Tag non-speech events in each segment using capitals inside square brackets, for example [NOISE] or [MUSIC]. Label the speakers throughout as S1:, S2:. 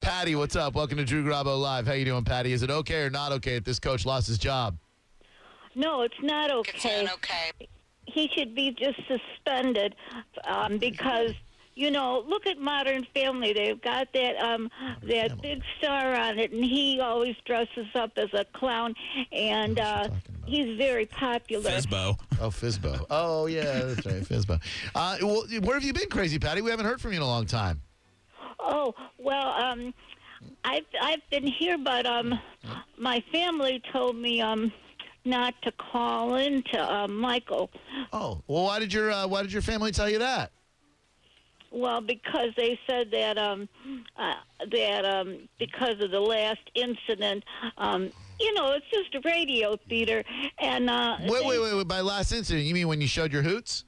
S1: Patty, what's up? Welcome to Drew Garabo Live. How you doing, Patty? Is it okay or not okay that this coach lost his job?
S2: No, it's not
S3: It's
S2: okay.
S3: not okay.
S2: He should be just suspended um, because you know, look at Modern Family. They've got that um, that
S1: Family.
S2: big star on it, and he always dresses up as a clown, and
S1: I know what
S2: uh,
S1: you're talking about.
S2: he's very popular.
S4: Fizbo.
S1: Oh, [LAUGHS] Fizbo. Oh, yeah, that's right, Fizbo. Uh, well, where have you been, Crazy Patty? We haven't heard from you in a long time.
S2: Oh well, um, I've I've been here, but um, my family told me um not to call in to uh, Michael.
S1: Oh, well, why did your uh, why did your family tell you that?
S2: Well, because they said that um, uh, that um, because of the last incident, um, you know, it's just a radio theater, and uh,
S1: Wait,
S2: they-
S1: wait, wait, wait. By last incident, you mean when you showed your hoots?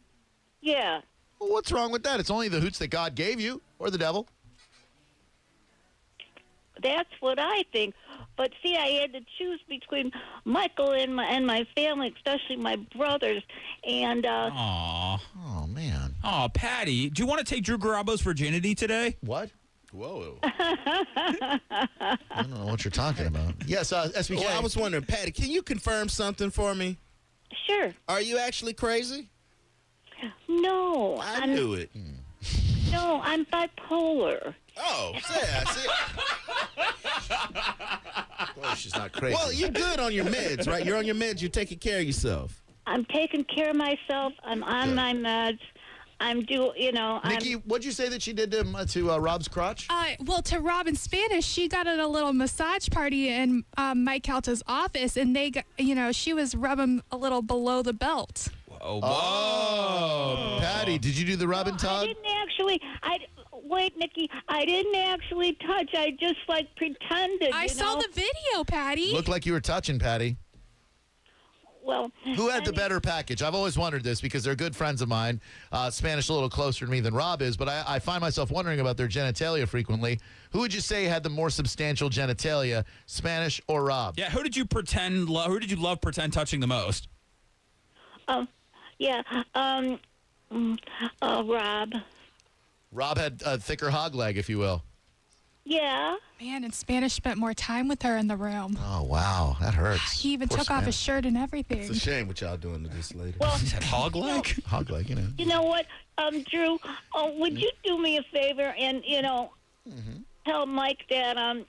S2: yeah,
S1: Well, what's wrong with that? It's only the hoots that God gave you, or the devil.
S2: that's what I think. But see, I had to choose between Michael and my and my family, especially my brothers, and uh,
S4: Aw.
S1: Oh man,
S4: Aw, Patty, do you want to take Drew Garabo's virginity today?
S1: what?
S5: Whoa.
S1: I don't know what you're talking about. [LAUGHS] Yes, uh, SBK.
S5: [LAUGHS] Well, I was wondering, Patty, can you confirm something for me?
S2: sure,
S5: Are you actually crazy? Mm.
S2: no,
S5: I
S2: I'm
S5: knew it.
S2: no, I'm bipolar.
S5: Oh, yeah, I see it.
S1: Well, she's not crazy.
S5: Well, you're good on your meds, right? You're on your meds. You're taking care of yourself.
S2: I'm taking care of myself. I'm on
S1: Good.
S2: my meds. I'm do you know
S1: Nikki,
S2: I'm
S1: what'd you say that she did to uh, to uh, Rob's crotch?
S6: Uh, well, to Rob in Spanish, she got at a little massage party in um, Mike Calta's office, and they, got, you know, she was rubbing a little below the belt.
S4: Oh,
S1: Oh, Patty, did you do the Robin
S2: I
S1: Todd?
S2: didn't actually. I wait, Nikki. I didn't actually touch. I just like pretended.
S6: I
S2: you
S6: saw
S2: know?
S6: the video, Patty.
S1: Looked like you were touching Patty.
S2: Well,
S1: Who had the
S2: any-
S1: better package? I've always wondered this because they're good friends of mine. Uh, Spanish a little closer to me than Rob is, but I, I find myself wondering about their genitalia frequently. Who would you say had the more substantial genitalia, Spanish or Rob?
S4: Yeah, who did you pretend love? Who did you love pretend touching the most?
S2: Yeah. Um. mm, Uh, Rob.
S1: Rob had a thicker hog leg, if you will.
S2: Yeah.
S6: Man, and Spanish spent more time with her in the room.
S1: Oh wow, that hurts.
S6: He even
S1: Poor
S6: took off his
S1: Spanish.
S6: shirt and everything.
S5: It's a shame what y'all doing to this lady.
S2: Well,
S4: Is that hog leg?
S1: hog leg, you know.
S2: you know what, um, Drew? Oh, would you do me a favor and you know
S1: Mm-hmm.
S2: tell Mike that um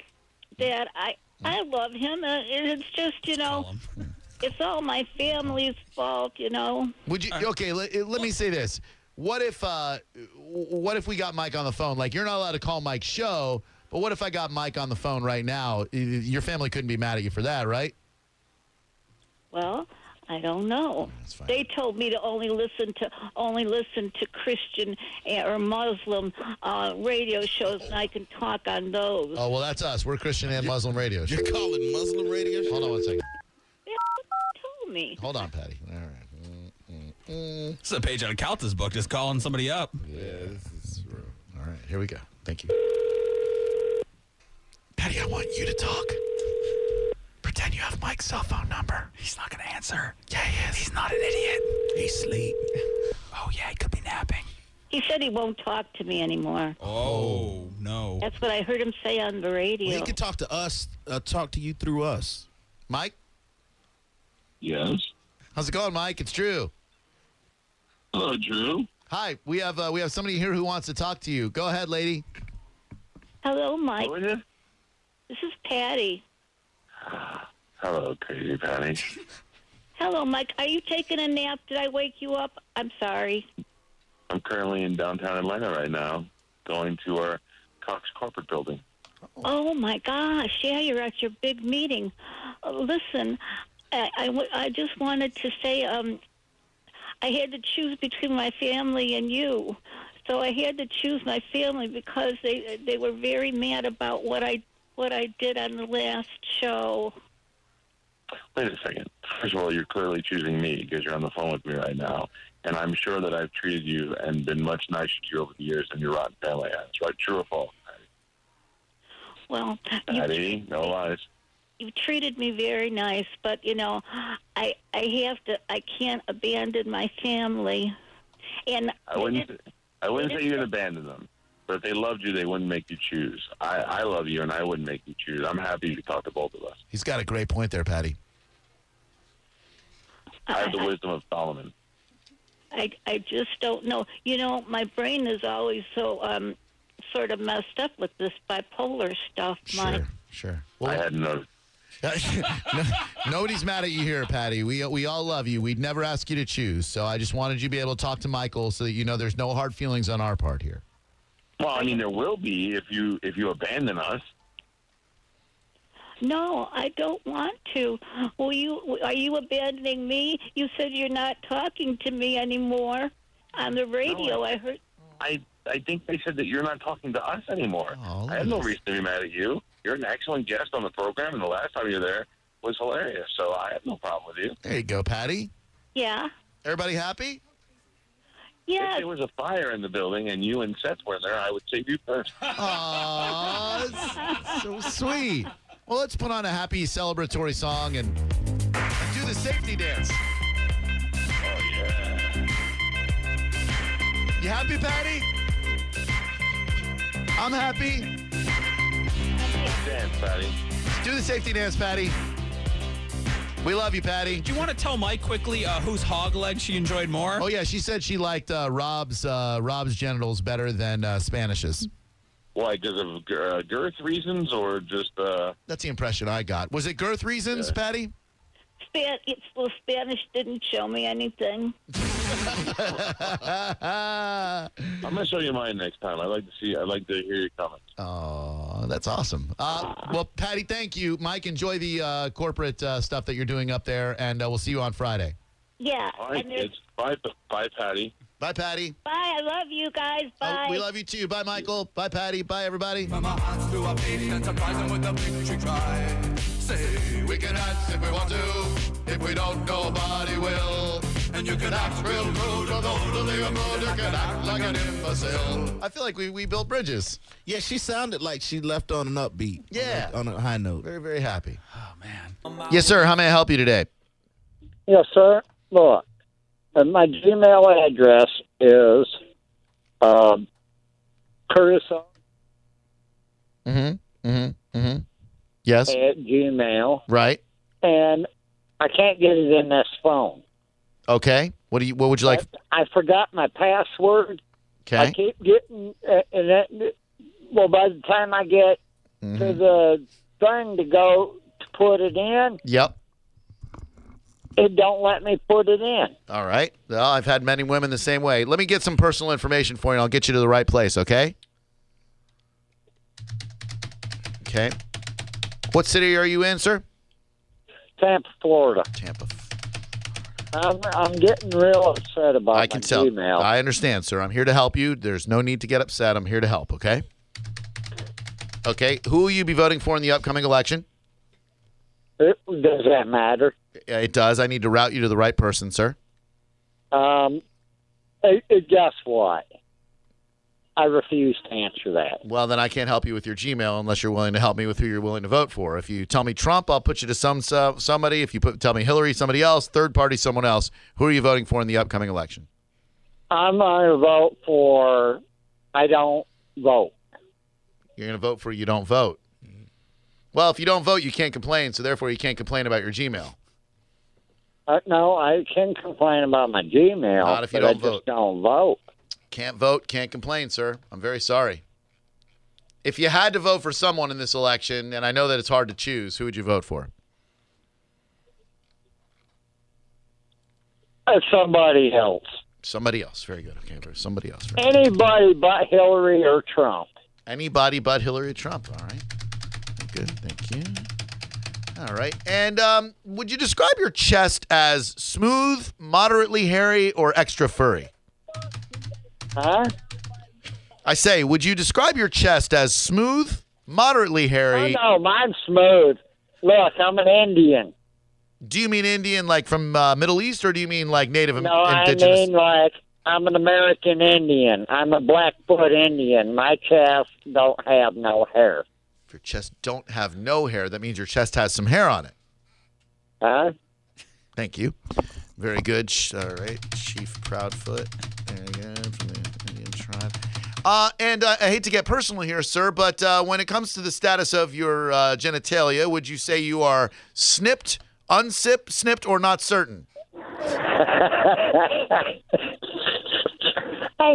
S2: that I I love him and it's just you know
S4: Tell him.
S2: it's all my family's fault. You know.
S1: Would you?
S6: Uh,
S1: Okay, let, let me say this. What if? Uh, what if we got Mike on the phone? Like you're not allowed to call Mike's show, but what if I got Mike on the phone right now? Y- Your family couldn't be mad at you for that, right?
S2: Well, I don't know.
S1: That's fine.
S2: They told me to only listen to only listen to Christian eh, or Muslim uh, radio shows, and I can talk on those.
S1: Oh well, that's us. We're Christian and Muslim radio. show.
S5: You're calling Muslim radio? show?
S1: Hold on one second.
S2: They [LAUGHS] all told me.
S1: Hold on, Patty. All right.
S4: This is a page out of Calta's book, just calling somebody up.
S5: Yeah, this is real.
S1: All right. Here we go. Thank you, Patty. I want you to talk.
S4: Pretend you have Mike's cell phone number. He's not going to answer. Yeah, he is. He's not an idiot. He's asleep. Oh, yeah, he could be napping.
S2: He said he won't talk to me anymore.
S4: Oh, no.
S2: That's what I heard him say on the
S5: Well,
S2: radio.
S5: he can talk to us, uh, talk to you through us.
S1: Mike,
S7: Yes.
S1: how's it going, Mike? It's Drew.
S7: Hello, Drew.
S1: Hi. We have uh, we have somebody here who wants to talk to you. Go ahead, lady.
S2: Hello, Mike.
S7: How are you?
S2: This is Patty.
S7: Hello, Crazy Patty.
S2: Hello, Mike. Are you taking a nap? Did I wake you up? I'm sorry.
S7: I'm currently in downtown Atlanta right now, going to our Cox corporate building.
S2: Oh my gosh! Yeah, you're at your big meeting. Uh, listen, I, I w- I just wanted to say um, I had to choose between my family and you, so I had to choose my family because they they were very mad about what I what I did on the last show.
S7: Wait a second. First of all, you're clearly choosing me because you're on the phone with me right now, and I'm sure that I've treated you and been much nicer to you over the years than your rotten family has. Right? True or false?
S2: Well, you,
S7: Patty, no lies.
S2: you treated me very nice, but you know, I I have to I can't abandon my family, and
S7: I wouldn't. I wouldn't say you can abandon them. But if they loved you, they wouldn't make you choose. I, I love you, and I wouldn't make you choose. I'm happy you talked to both of us.
S1: He's got a great point there, Patty.
S7: I have the wisdom of Solomon.
S2: I, I just don't know. You know, my brain is always so um, sort of messed up with this bipolar stuff. My,
S1: Sure, sure.
S7: I
S1: Well,
S7: had no.
S1: [LAUGHS] no, nobody's mad at you here, Patty. We we all love you. We'd never ask you to choose. So I just wanted you to be able to talk to Michael so that you know there's no hard feelings on our part here.
S7: Well, I mean, there will be if you if you abandon us.
S2: no, I don't want to. Will you? Are you abandoning me? You said you're not talking to me anymore on the radio. I heard.
S7: I I think they said that you're not talking to us anymore.
S1: Oh,
S7: I have no
S1: nice.
S7: reason to be mad at you. You're an excellent guest on the program, and the last time you were there was hilarious. So I have no problem with you.
S1: There you go, Patty.
S2: Yeah.
S1: Everybody happy?
S7: If
S2: Yes.
S7: there was a fire in the building and you and Seth were there, I would save you first.
S1: Aw, so sweet. Well, let's put on a happy celebratory song and, and do the safety dance.
S7: Oh, yeah.
S1: You happy, Patty? I'm happy.
S7: Dance, Patty.
S1: Do the safety dance, Patty. We love you, Patty.
S4: Do you want to tell Mike quickly uh, whose hog leg she enjoyed more?
S1: Oh yeah, she said she liked uh, Rob's uh, Rob's genitals better than uh, Spanish's.
S7: Why? Because of gir- uh, girth reasons or just uh,
S1: That's the impression I got. Was it girth reasons, Patty? [LAUGHS]
S2: Span- it's, well, Spanish didn't show me anything.
S7: I'm gonna show you mine next time. I'd like to see. I'd like to hear your comments.
S1: Oh, that's awesome. Uh, well, Patty, thank you. Mike, enjoy the uh, corporate uh, stuff that you're doing up there, and uh, we'll see you on Friday.
S2: Yeah.
S7: All right,
S2: and there's-
S7: kids. Bye, bye, Patty.
S1: Bye, Patty.
S2: Bye. I love you guys.
S1: Oh,
S2: Bye.
S1: we love you too. Bye, Michael. Bye, Patty. Bye, everybody.
S3: From our hearts to our feet and surprise them with a big she try. Say,
S1: We can act if we want to. If we don't, nobody will.
S3: and you can act real rude or totally rude. You can act like an
S1: imbecile. I feel like we, we built bridges.
S5: Yeah, she sounded like she left on an upbeat.
S1: Yeah.
S5: Like, on a high note.
S1: Very, very happy.
S4: Oh, man.
S1: Yes, sir. How may I help you today?
S8: Yes, sir. Look, uh, my Gmail address is um, Curtis
S1: Mm-hmm. Mm-hmm. Mm-hmm. Yes.
S8: at Gmail,
S1: Right.
S8: and I can't get it in this phone.
S1: Okay. What do you? What would you like?
S8: I forgot my password. I
S1: Okay.
S8: keep getting, uh, and that, well, by the time I get
S1: Mm-hmm.
S8: to the thing to go to put it in,
S1: Yep.
S8: it don't let me put it in.
S1: All right. Well, I've had many women the same way. Let me get some personal information for you, and I'll get you to the right place. Okay. Okay. What city are you in, sir?
S8: Tampa, Florida.
S1: Tampa.
S8: I'm, I'm getting real upset about
S1: I can
S8: my
S1: tell.
S8: Gmail.
S1: I understand, sir. I'm here to help you. There's no need to get upset. I'm here to help. Okay. Okay. Who will you be voting for in the upcoming election?
S8: It- does that matter?
S1: It does. I need to route you to the right person, sir.
S8: Um, uh, uh, guess what? I refuse to answer that.
S1: Well, then I can't help you with your Gmail unless you're willing to help me with who you're willing to vote for. If you tell me Trump, I'll put you to some so- somebody. If you put, tell me Hillary, somebody else. Third party, someone else. Who are you voting for in the upcoming election?
S8: I'm going to vote for I don't vote.
S1: You're going to vote for you don't vote. Well, if you don't vote, you can't complain. So therefore, you can't complain about your Gmail.
S8: Uh, no, I can complain about my Gmail,
S1: Not if you
S8: but I
S1: don't
S8: just
S1: vote.
S8: don't vote.
S1: Can't vote, can't complain, sir. I'm very sorry. If you had to vote for someone in this election, and I know that it's hard to choose, who would you vote for?
S8: Uh, somebody else.
S1: Somebody else. Very good. Okay, for somebody else. Very
S8: Anybody but Hillary or Trump.
S1: Anybody but Hillary Trump. All right. Good. Thank you. All right. And um, would you describe your chest as smooth, moderately hairy, or extra furry?
S8: Huh?
S1: I say, would you describe your chest as smooth, moderately
S8: Oh,
S1: hairy?
S8: no, mine's smooth. Look, I'm an Indian.
S1: Do you mean Indian, like from uh, Middle East, or do you mean like Native Am-
S8: No,
S1: Indigenous?
S8: I mean like I'm an American Indian. I'm a Blackfoot Indian. My chest don't have no hair.
S1: if your chest don't have no hair, that means your chest has some hair on it.
S8: Huh?
S1: Thank you. Very good. Sh- All right, Chief Proudfoot. There you go, from the Indian tribe. Uh, and uh, I hate to get personal here, sir, but uh, when it comes to the status of your uh, genitalia, would you say you are snipped, unsip, snipped, or not certain?
S8: Hang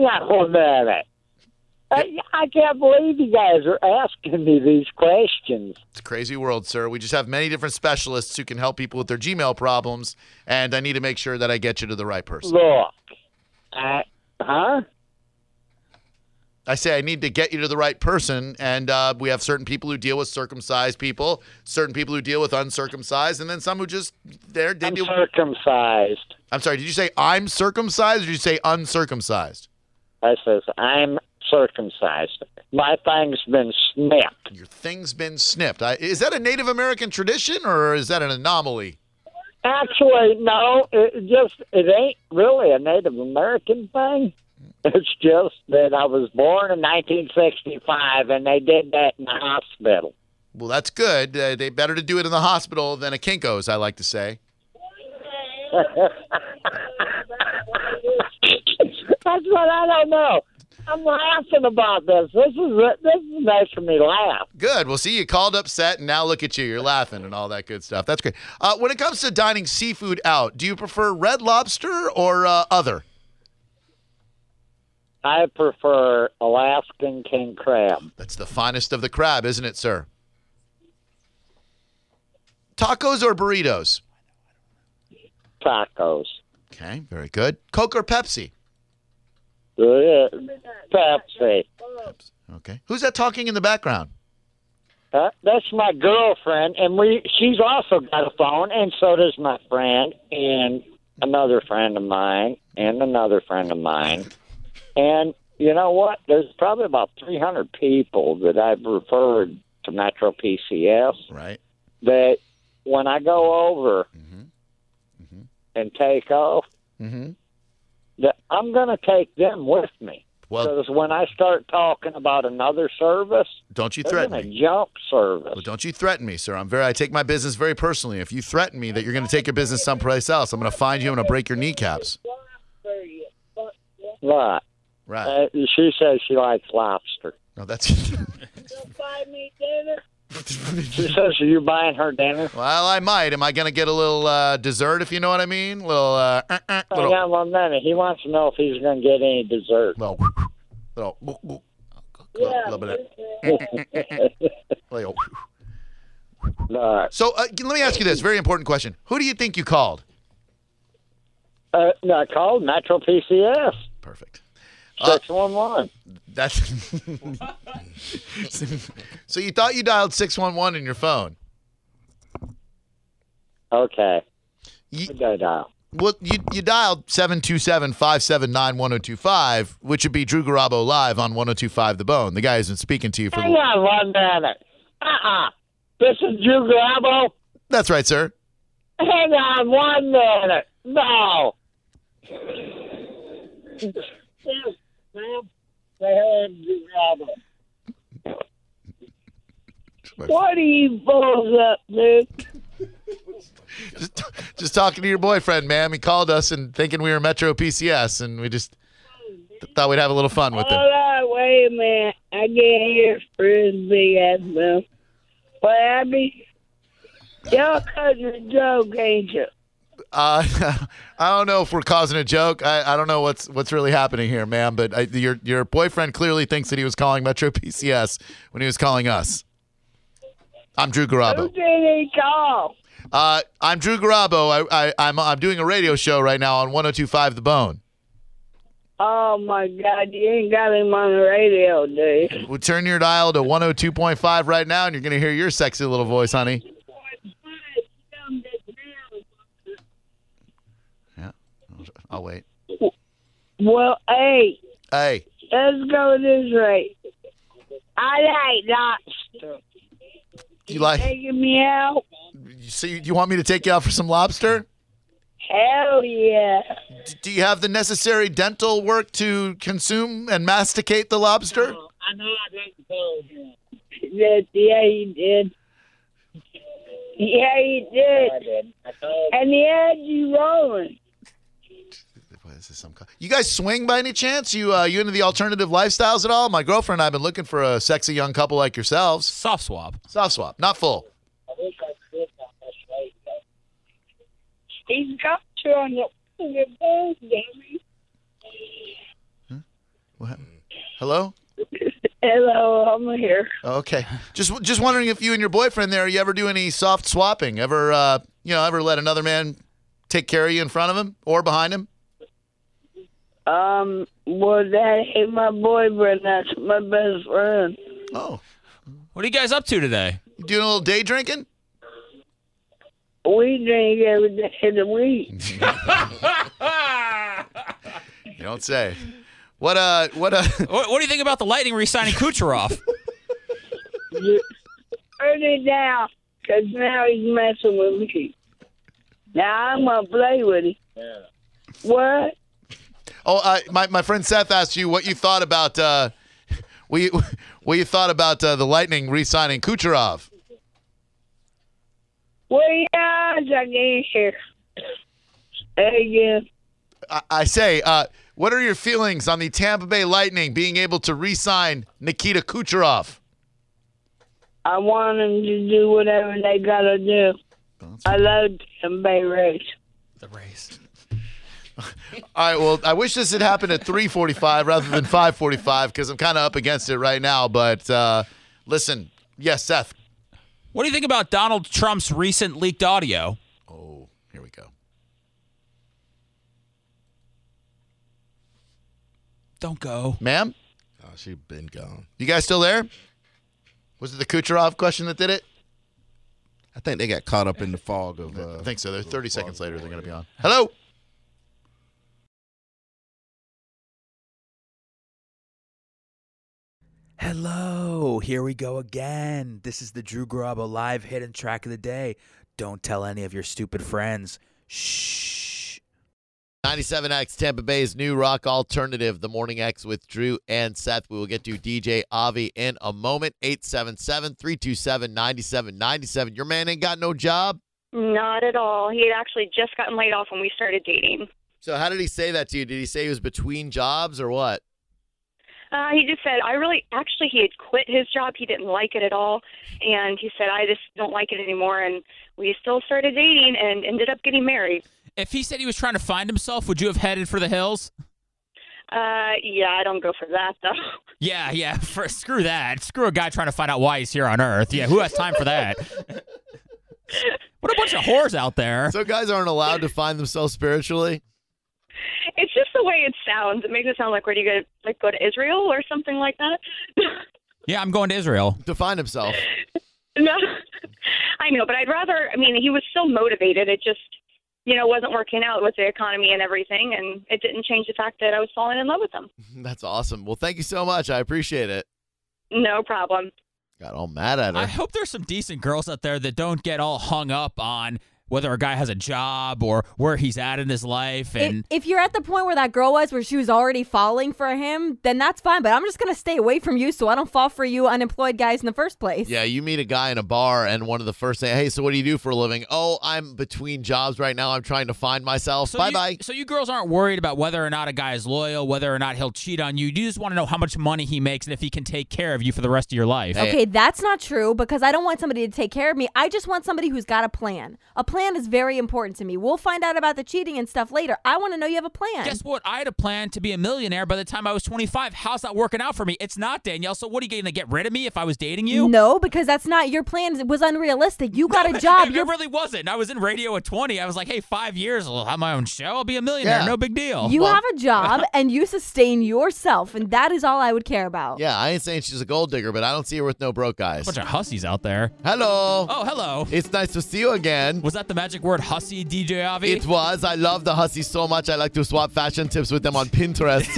S8: on for a minute. I, I can't believe you guys are asking me these questions.
S1: It's a crazy world, sir. We just have many different specialists who can help people with their Gmail problems, and I need to make sure that I get you to the right person.
S8: Look, I, huh?
S1: I say I need to get you to the right person, and uh, we have certain people who deal with circumcised people, certain people who deal with uncircumcised, and then some who just they're they
S8: I'm
S1: deal.
S8: circumcised.
S1: I'm sorry. Did you say I'm circumcised, or did you say uncircumcised?
S8: I says I'm circumcised. My thing's been snipped.
S1: Your thing's been snipped. I, is that a Native American tradition, or is that an anomaly?
S8: Actually, no. It just it ain't really a Native American thing. [LAUGHS] It's just that I was born in 1965, and they did that in the hospital.
S1: Well, that's good. Uh, they better to do it in the hospital than a kinkos, I like to say.
S8: That's what I don't know. I'm laughing about this. This is this is making me laugh.
S1: Good. Well, see, you called upset, and now look at you. You're laughing and all that good stuff. That's great. Uh, when it comes to dining seafood out, do you prefer red lobster or uh, other?
S8: I prefer Alaskan king crab.
S1: That's the finest of the crab, isn't it, sir? Tacos or burritos?
S8: tacos.
S1: Okay, very good. Coke or Pepsi?
S8: Uh, Pepsi.
S1: Okay. Who's that talking in the background?
S8: Uh, that's my girlfriend, and we. She's also got a phone, and so does my friend, and another friend of mine, and another friend of mine, and you know what? There's probably about 300 people that I've referred to Metro PCS
S1: Right.
S8: that when I go over
S1: Mm-hmm.
S8: and take off,
S1: Mhm.
S8: that I'm going to take them with me.
S1: Well,
S8: Because when I start talking about another service,
S1: don't you
S8: they're
S1: threaten
S8: going to
S1: me.
S8: jump
S1: Well,
S8: service.
S1: don't you threaten me, sir. I'm very. I take my business very personally. If you threaten me that you're going to take your business someplace else, I'm going to find you and I'm going to break your kneecaps.
S8: Right.
S1: Right.
S8: Uh, she says she likes lobster.
S1: No, that's. [LAUGHS]
S8: She says, Are you buying her dinner?
S1: well, I might. Am I going to get a little uh, dessert? If you know what I mean, little, uh, uh, uh,
S8: Hang
S1: little,
S8: on one minute. He wants to know if he's going to get any dessert.
S1: little, little, little, little bit of, [LAUGHS] little.
S8: Uh,
S1: So uh, let me ask you this very important question: Who do you think you called?
S8: uh, no, I called Metro PCS
S1: Perfect. Uh,
S8: 611.
S1: That's. [LAUGHS] so you thought you dialed six one one in your phone.
S8: Okay.
S1: Ye-
S8: We go dial.
S1: Well, you, you dialed 727-579-1025, which would be Drew Garabo live on 1025 The Bone. The guy isn't speaking to you for
S8: Hang
S1: the...
S8: on one minute. Uh-uh. This is Drew Grabo.
S1: That's right, sir.
S8: Hang on one minute. No. Yes, ma'am. They had Drew Grabo. What are you fools up, dude?
S1: Just, just talking to your boyfriend, ma'am. He called us and thinking we were Metro PCS, and we just th- thought we'd have a little fun with
S8: Hold
S1: it.
S8: on, wait a minute. I can't hear frisbee as well. But I be y'all cutting a joke, ain't you?
S1: Uh, [LAUGHS] I don't know if we're causing a joke. I, I don't know what's what's really happening here, ma'am, but I, your, your boyfriend clearly thinks that he was calling Metro PCS when he was calling us. I'm Drew Garabo.
S8: Who did he call?
S1: Uh, I'm Drew Garabo. I, I, I'm, I'm doing a radio show right now on 102.5 The Bone.
S8: Oh my God, you ain't got him on the radio, dude.
S1: We'll turn your dial to 102.5 right now, and you're going to hear your sexy little voice, honey. Yeah, I'll, I'll wait.
S8: Well, hey,
S1: Hey,
S8: let's go this way. I like lobster.
S1: do you like?
S8: Taking me out?
S1: You, so you, you want me to take you out for some lobster?
S8: Hell yeah.
S1: D- do you have the necessary dental work to consume and masticate the lobster?
S8: I know I didn't tell him. Yes, yeah, you did. Yeah, you did. I did. I told and he had you rolling.
S1: what is this? Some co- you guys swing by any chance? You uh, you into the alternative lifestyles at all? My girlfriend and I have been looking for a sexy young couple like yourselves.
S4: Soft swap.
S1: Soft swap, not full.
S9: He's got you on your fingers, baby.
S1: What? Hello.
S9: Hello, I'm here.
S1: Okay. Just just wondering if you and your boyfriend there, you ever do any soft swapping? Ever uh, you know, ever let another man take care of you in front of him or behind him?
S9: Um, well, that ain't my boyfriend. That's my best friend.
S1: Oh,
S4: What are you guys up to today?
S1: you doing a little day drinking?
S9: We drink every day of the week.
S1: You don't say. What uh what uh
S4: What, what do you think about the Lightning re-signing Kucherov?
S9: Turn it down, 'cause now he's messing with me. Now I'm going to play with him. What?
S1: Oh, uh, my my friend Seth asked you what you thought about uh [LAUGHS] what you, [LAUGHS] what you thought about uh, the Lightning re-signing Kucherov.
S9: Well, yeah, I can't hear. Hey, yeah.
S1: I, I say, uh, what are your feelings on the Tampa Bay Lightning being able to re-sign Nikita Kucherov?
S9: I want them to do whatever they got to do. I love them Bay Rays.
S4: the race.
S1: All right. Well, I wish this had happened at 3:45 rather than 5:45 because I'm kind of up against it right now. But uh, listen, yes, Seth.
S4: What do you think about Donald Trump's recent leaked audio?
S1: Oh, here we go.
S4: Don't go.
S1: Ma'am,
S5: Oh, she been gone.
S1: you guys still there? Was it the Kucherov question that did it?
S5: I think they got caught up in the fog of. Uh,
S1: I think so. They're 30 seconds later. They're going to be on. Hello.
S10: Hello, here we go again. This is the Drew Garabo live hidden track of the day. Don't tell any of your stupid friends. Shh.
S1: 97X, Tampa Bay's new rock alternative, The Morning X with Drew and Seth. We will get to DJ Avi in a moment. 877 327 9797. Your man ain't got no job.
S11: Not at all. He had actually just gotten laid off when we started dating.
S1: So, how did he say that to you? Did he say he was between jobs or what?
S11: Uh, he just said, I really, actually, he had quit his job. He didn't like [LAUGHS] it at all. And he said, I just don't like it anymore. And we still started dating and ended up getting married.
S4: If he said he was trying to find himself, would you have headed for the hills?
S11: Uh, yeah, I don't go for that, though.
S4: [LAUGHS] Yeah, yeah. For, screw that. Screw a guy trying to find out why he's here on Earth. Yeah, who has time for
S11: [LAUGHS]
S4: that? what a bunch of whores out there.
S1: [LAUGHS] So, guys aren't allowed to find themselves spiritually?
S11: It's just the way it sounds. It makes it sound like, where do you go, like, go to Israel or something like that? [LAUGHS]
S4: Yeah, I'm going to Israel.
S1: To find himself.
S11: no, [LAUGHS] I know, but I'd rather, I mean, he was still motivated. It just, you know, wasn't working out with the economy and everything. And it didn't change the fact that I was falling in love with him.
S1: [LAUGHS] That's awesome. Well, thank you so much. I appreciate it.
S11: No problem.
S1: Got all mad at her.
S4: I hope there's some decent girls out there that don't get all hung up on whether a guy has a job or where he's at in his life. And
S12: if you're at the point where that girl was, where she was already falling for him, then that's fine. But I'm just gonna stay away from you, so I don't fall for you unemployed guys in the first place.
S1: Yeah, you meet a guy in a bar, and one of the first thing, hey, so what do you do for a living? Oh, I'm between jobs right now. I'm trying to find myself.
S4: so
S1: bye
S4: you-
S1: bye.
S4: So you girls aren't worried about whether or not a guy is loyal, whether or not he'll cheat on you. You just want to know how much money he makes and if he can take care of you for the rest of your life.
S1: Hey.
S12: Okay, that's not true because I don't want somebody to take care of me. I just want somebody who's got a plan. A plan is very important to me. We'll find out about the cheating and stuff later. I want to know you have a plan.
S4: Guess what? I had a plan to be a millionaire by the time I was 25. How's that working out for me? It's not, Danielle. So what are you going to get rid of me if I was dating you?
S12: No, because that's not your plan. It was unrealistic. You got
S4: [LAUGHS]
S12: a job.
S4: It,
S12: You're-
S4: really wasn't. I was in radio at 20. I was like, hey, five years, I'll have my own show. I'll be a millionaire.
S1: Yeah.
S4: No big deal.
S12: you have a job and you sustain yourself, and that is all I would care about.
S1: Yeah, I ain't saying she's a gold digger, but I don't see her with no broke eyes.
S4: bunch of hussies out there.
S1: Hello.
S4: Oh, hello.
S1: It's nice to see you again.
S4: Was that the magic word, hussy, DJ Avi?
S1: It was. I love the hussies so much. I like to swap fashion tips with them on Pinterest.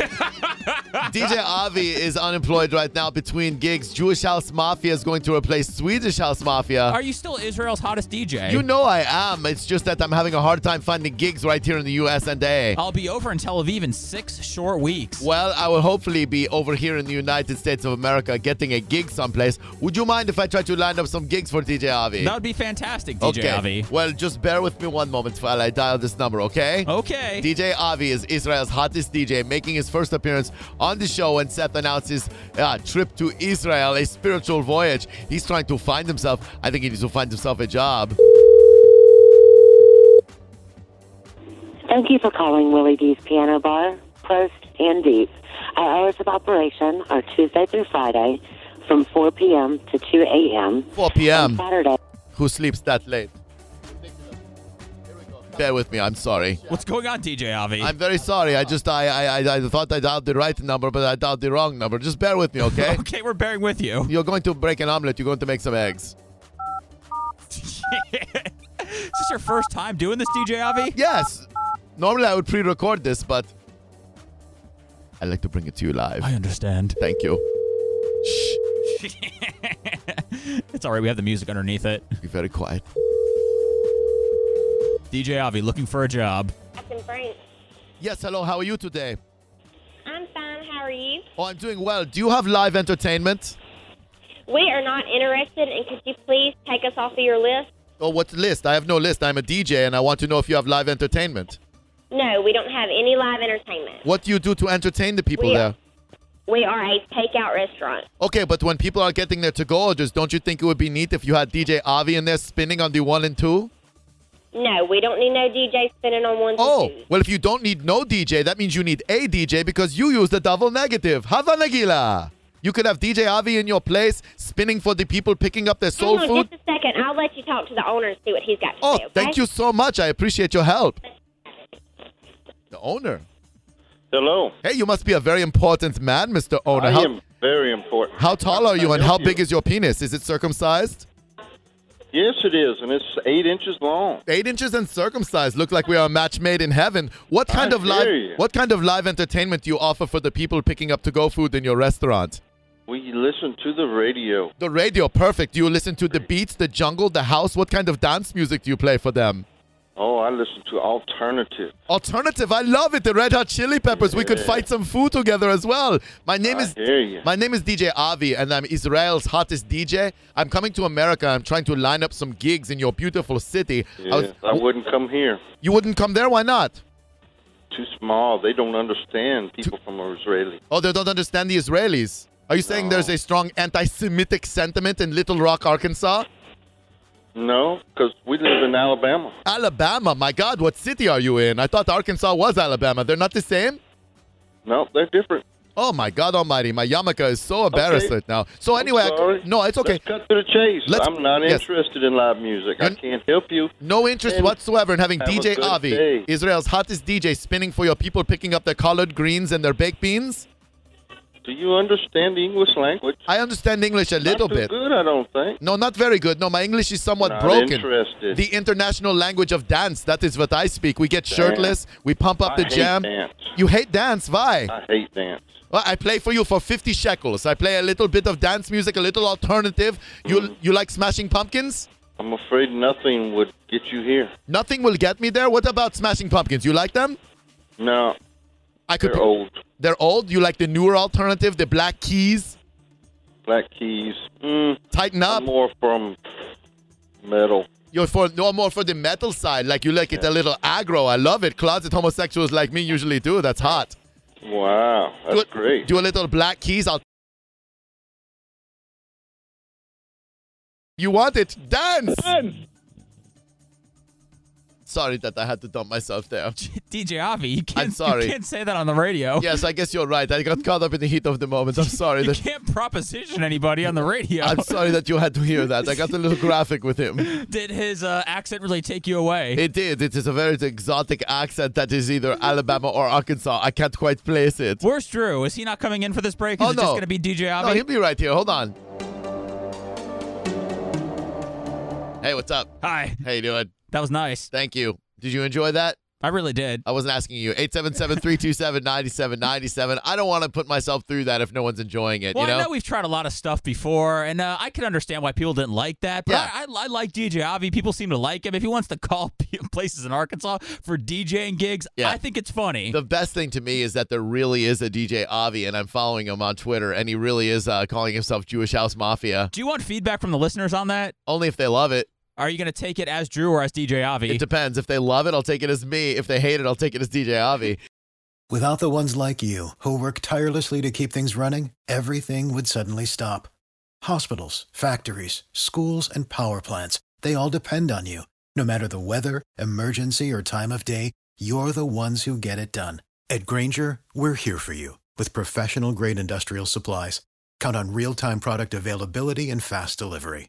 S4: [LAUGHS]
S1: DJ Avi is unemployed right now between gigs. Jewish House Mafia is going to replace Swedish House Mafia.
S4: are you still Israel's hottest DJ?
S1: you know I am. It's just that I'm having a hard time finding gigs right here in the US and A.
S4: I'll be over in Tel Aviv in six short weeks.
S1: Well, I will hopefully be over here in the United States of America getting a gig someplace. Would you mind if I try to line up some gigs for DJ Avi?
S4: That would be fantastic, DJ
S1: okay.
S4: Avi.
S1: Well, just bear with me one moment while I dial this number, okay?
S4: Okay.
S1: DJ Avi is Israel's hottest DJ, making his first appearance on the show when Seth announces uh, trip to Israel, a spiritual voyage. He's trying to find himself. I think he needs to find himself a job.
S8: Thank you for calling Willie D's Piano Bar, Prost, and Deep. Our hours of operation are Tuesday through Friday from 4 p.m. to 2 a.m.
S1: 4 p.m.
S8: and Saturday.
S1: Who sleeps that late? Bear with me. I'm sorry.
S4: What's going on, DJ
S1: [LAUGHS]
S4: Avi?
S1: I'm very sorry. I just I I, I I thought I dialed the right number, but I dialed the wrong number. Just bear with me, [LAUGHS] okay?
S4: okay, we're bearing with you.
S1: You're going to break an omelet. You're going to make some eggs.
S4: Is this your first time doing this, DJ Avi?
S1: Yes. Normally I would pre-record this, but I like to bring it to you live. I
S4: understand.
S1: Thank you.
S4: It's all right. We have the music underneath it.
S1: Be very quiet.
S4: DJ Avi looking for a job. [LAUGHS]
S2: Captain Frank.
S1: Yes. Hello. How are you today?
S2: I'm fine. How are you?
S1: Oh, I'm doing well. Do you have live entertainment?
S2: We are not interested, and could you please take us off of your list?
S1: Oh, what list? I have no list. I'm a DJ, and I want to know if you have live entertainment.
S2: No, we don't have any live entertainment.
S1: What do you do to entertain the people
S2: We-
S1: there?
S2: We are a takeout restaurant.
S1: Okay, but when people are getting their to-go orders, don't you think it would be neat if you had DJ Avi in there spinning on the one and two?
S2: No, we don't need no DJ spinning on one.
S1: Oh, well, if you don't need no DJ, that means you need a DJ because you use the double negative. Hava Nagila. You could have DJ Avi in your place spinning for the people picking up their soul
S2: Hang on
S1: food. Oh,
S2: just a second. I'll let you talk to the owner and see what he's got to say. Okay?
S1: Thank you so much. I appreciate your help. The owner.
S7: Hello.
S1: Hey, you must be a very important man, Mr. Owner.
S7: I
S1: how,
S7: am very important.
S1: how tall are you and how
S7: help you?
S1: big is your penis? Is it circumcised?
S7: Yes, it is, and it's eight inches long.
S1: Eight inches and circumcised. Look like we are a match made in heaven. What
S7: I
S1: kind of
S7: hear
S1: live
S7: you.
S1: what kind of live entertainment do you offer for the people picking up to go food in your restaurant?
S7: We listen to the radio.
S1: The radio, perfect. Do you listen to the beats, the jungle, the house? What kind of dance music do you play for them?
S7: Oh, I listen to alternative.
S1: Alternative, I love it. The Red Hot Chili Peppers. We could fight some food together as well. My name is My name is DJ Avi, and I'm Israel's hottest DJ. I'm coming to America. I'm trying to line up some gigs in your beautiful city.
S7: Yes, I wouldn't come here.
S1: You wouldn't come there? Why not?
S7: Too small. They don't understand people from Israeli.
S1: Oh, they don't understand the Israelis. Are you saying there's a strong anti-Semitic sentiment in Little Rock, Arkansas?
S7: No, because we live in Alabama.
S1: Alabama, my God, what city are you in? I thought Arkansas was Alabama. They're not the same?
S7: No, they're different.
S1: Oh my God Almighty, my yarmulke is so embarrassed
S7: Okay.
S1: right now. So
S7: I'm
S1: anyway, I-
S7: sorry.
S1: no, it's okay.
S7: Let's cut to the chase.
S1: Let's-
S7: I'm not
S1: yes.
S7: interested in live music. I can't help you.
S1: No interest
S7: And
S1: whatsoever in having
S7: have a
S1: DJ
S7: good
S1: Avi,
S7: day.
S1: Israel's hottest DJ, spinning for your people picking up their collard greens and their baked beans.
S7: Do you understand the English language?
S1: I understand English a little
S7: Not too
S1: bit.
S7: good, I don't think.
S1: No, not very good. No, my English is somewhat
S7: Not
S1: broken.
S7: interested.
S1: The international language of dance, that is what I speak. We get
S7: Dance.
S1: shirtless, we pump up
S7: I
S1: the
S7: hate
S1: jam.
S7: dance.
S1: You hate dance? Why?
S7: I hate dance.
S1: Well, I play for you for 50 shekels. I play a little bit of dance music, a little alternative. You you like smashing pumpkins?
S7: I'm afraid nothing would get you here.
S1: Nothing will get me there. What about smashing pumpkins? You like them?
S7: No.
S1: I could
S7: They're old.
S1: They're old. You like the newer alternative, the Black Keys?
S7: Black Keys. Mm,
S1: Tighten up.
S7: I'm more from metal.
S1: You're for no more for the metal side. Like you like it a little aggro. I love it. Closet homosexuals like me usually do. That's hot.
S7: Wow, that's great.
S1: Do a little Black Keys. I'll. You want it? Dance. Sorry that I had to dump myself there.
S4: DJ Avi, you can't,
S1: I'm sorry.
S4: you can't say that on the radio.
S1: Yes, I guess you're right. I got caught up in the heat of the moment. I'm sorry
S7: [LAUGHS]
S1: that
S4: can't proposition anybody on the radio.
S1: [LAUGHS] I'm sorry that you had to hear that. I got a little graphic with
S7: [LAUGHS]
S1: him.
S4: Did his uh, accent really take you away?
S1: It did. It is a very exotic accent that is either Alabama or Arkansas. I can't quite place it.
S4: Where's Drew? Is he not coming in for this break? Is
S1: Oh,
S4: it just
S1: no.
S4: going to be DJ Avi?
S1: No, he'll be right here. Hold on. Hey, what's up?
S4: Hi.
S1: How you doing?
S4: That was nice.
S1: Thank you. Did you enjoy that?
S4: I really did.
S1: I wasn't asking you. 877-327-9797. I don't want to put myself through that if no one's enjoying it,
S4: well,
S1: you know?
S4: I know we've tried a lot of stuff before, and uh, I can understand why people didn't like that. But I, I, I like DJ Avi. People seem to like him. If he wants to call [LAUGHS] p- places in Arkansas for DJing gigs, I think it's funny.
S1: The best thing to me is that there really is a DJ Avi, and I'm following him on Twitter, and he really is uh, calling himself Jewish House Mafia.
S4: Do you want feedback from the listeners on that?
S1: Only if they love it.
S4: Are you going to take it as Drew or as DJ Avi?
S1: It depends. If they love it, I'll take it as me. If they hate it, I'll take it as DJ Avi.
S8: Without the ones like you, who work tirelessly to keep things running, everything would suddenly stop. Hospitals, factories, schools, and power plants, they all depend on you. No matter the weather, emergency, or time of day, you're the ones who get it done. At Granger, we're here for you with professional grade industrial supplies. Count on real time product availability and fast delivery.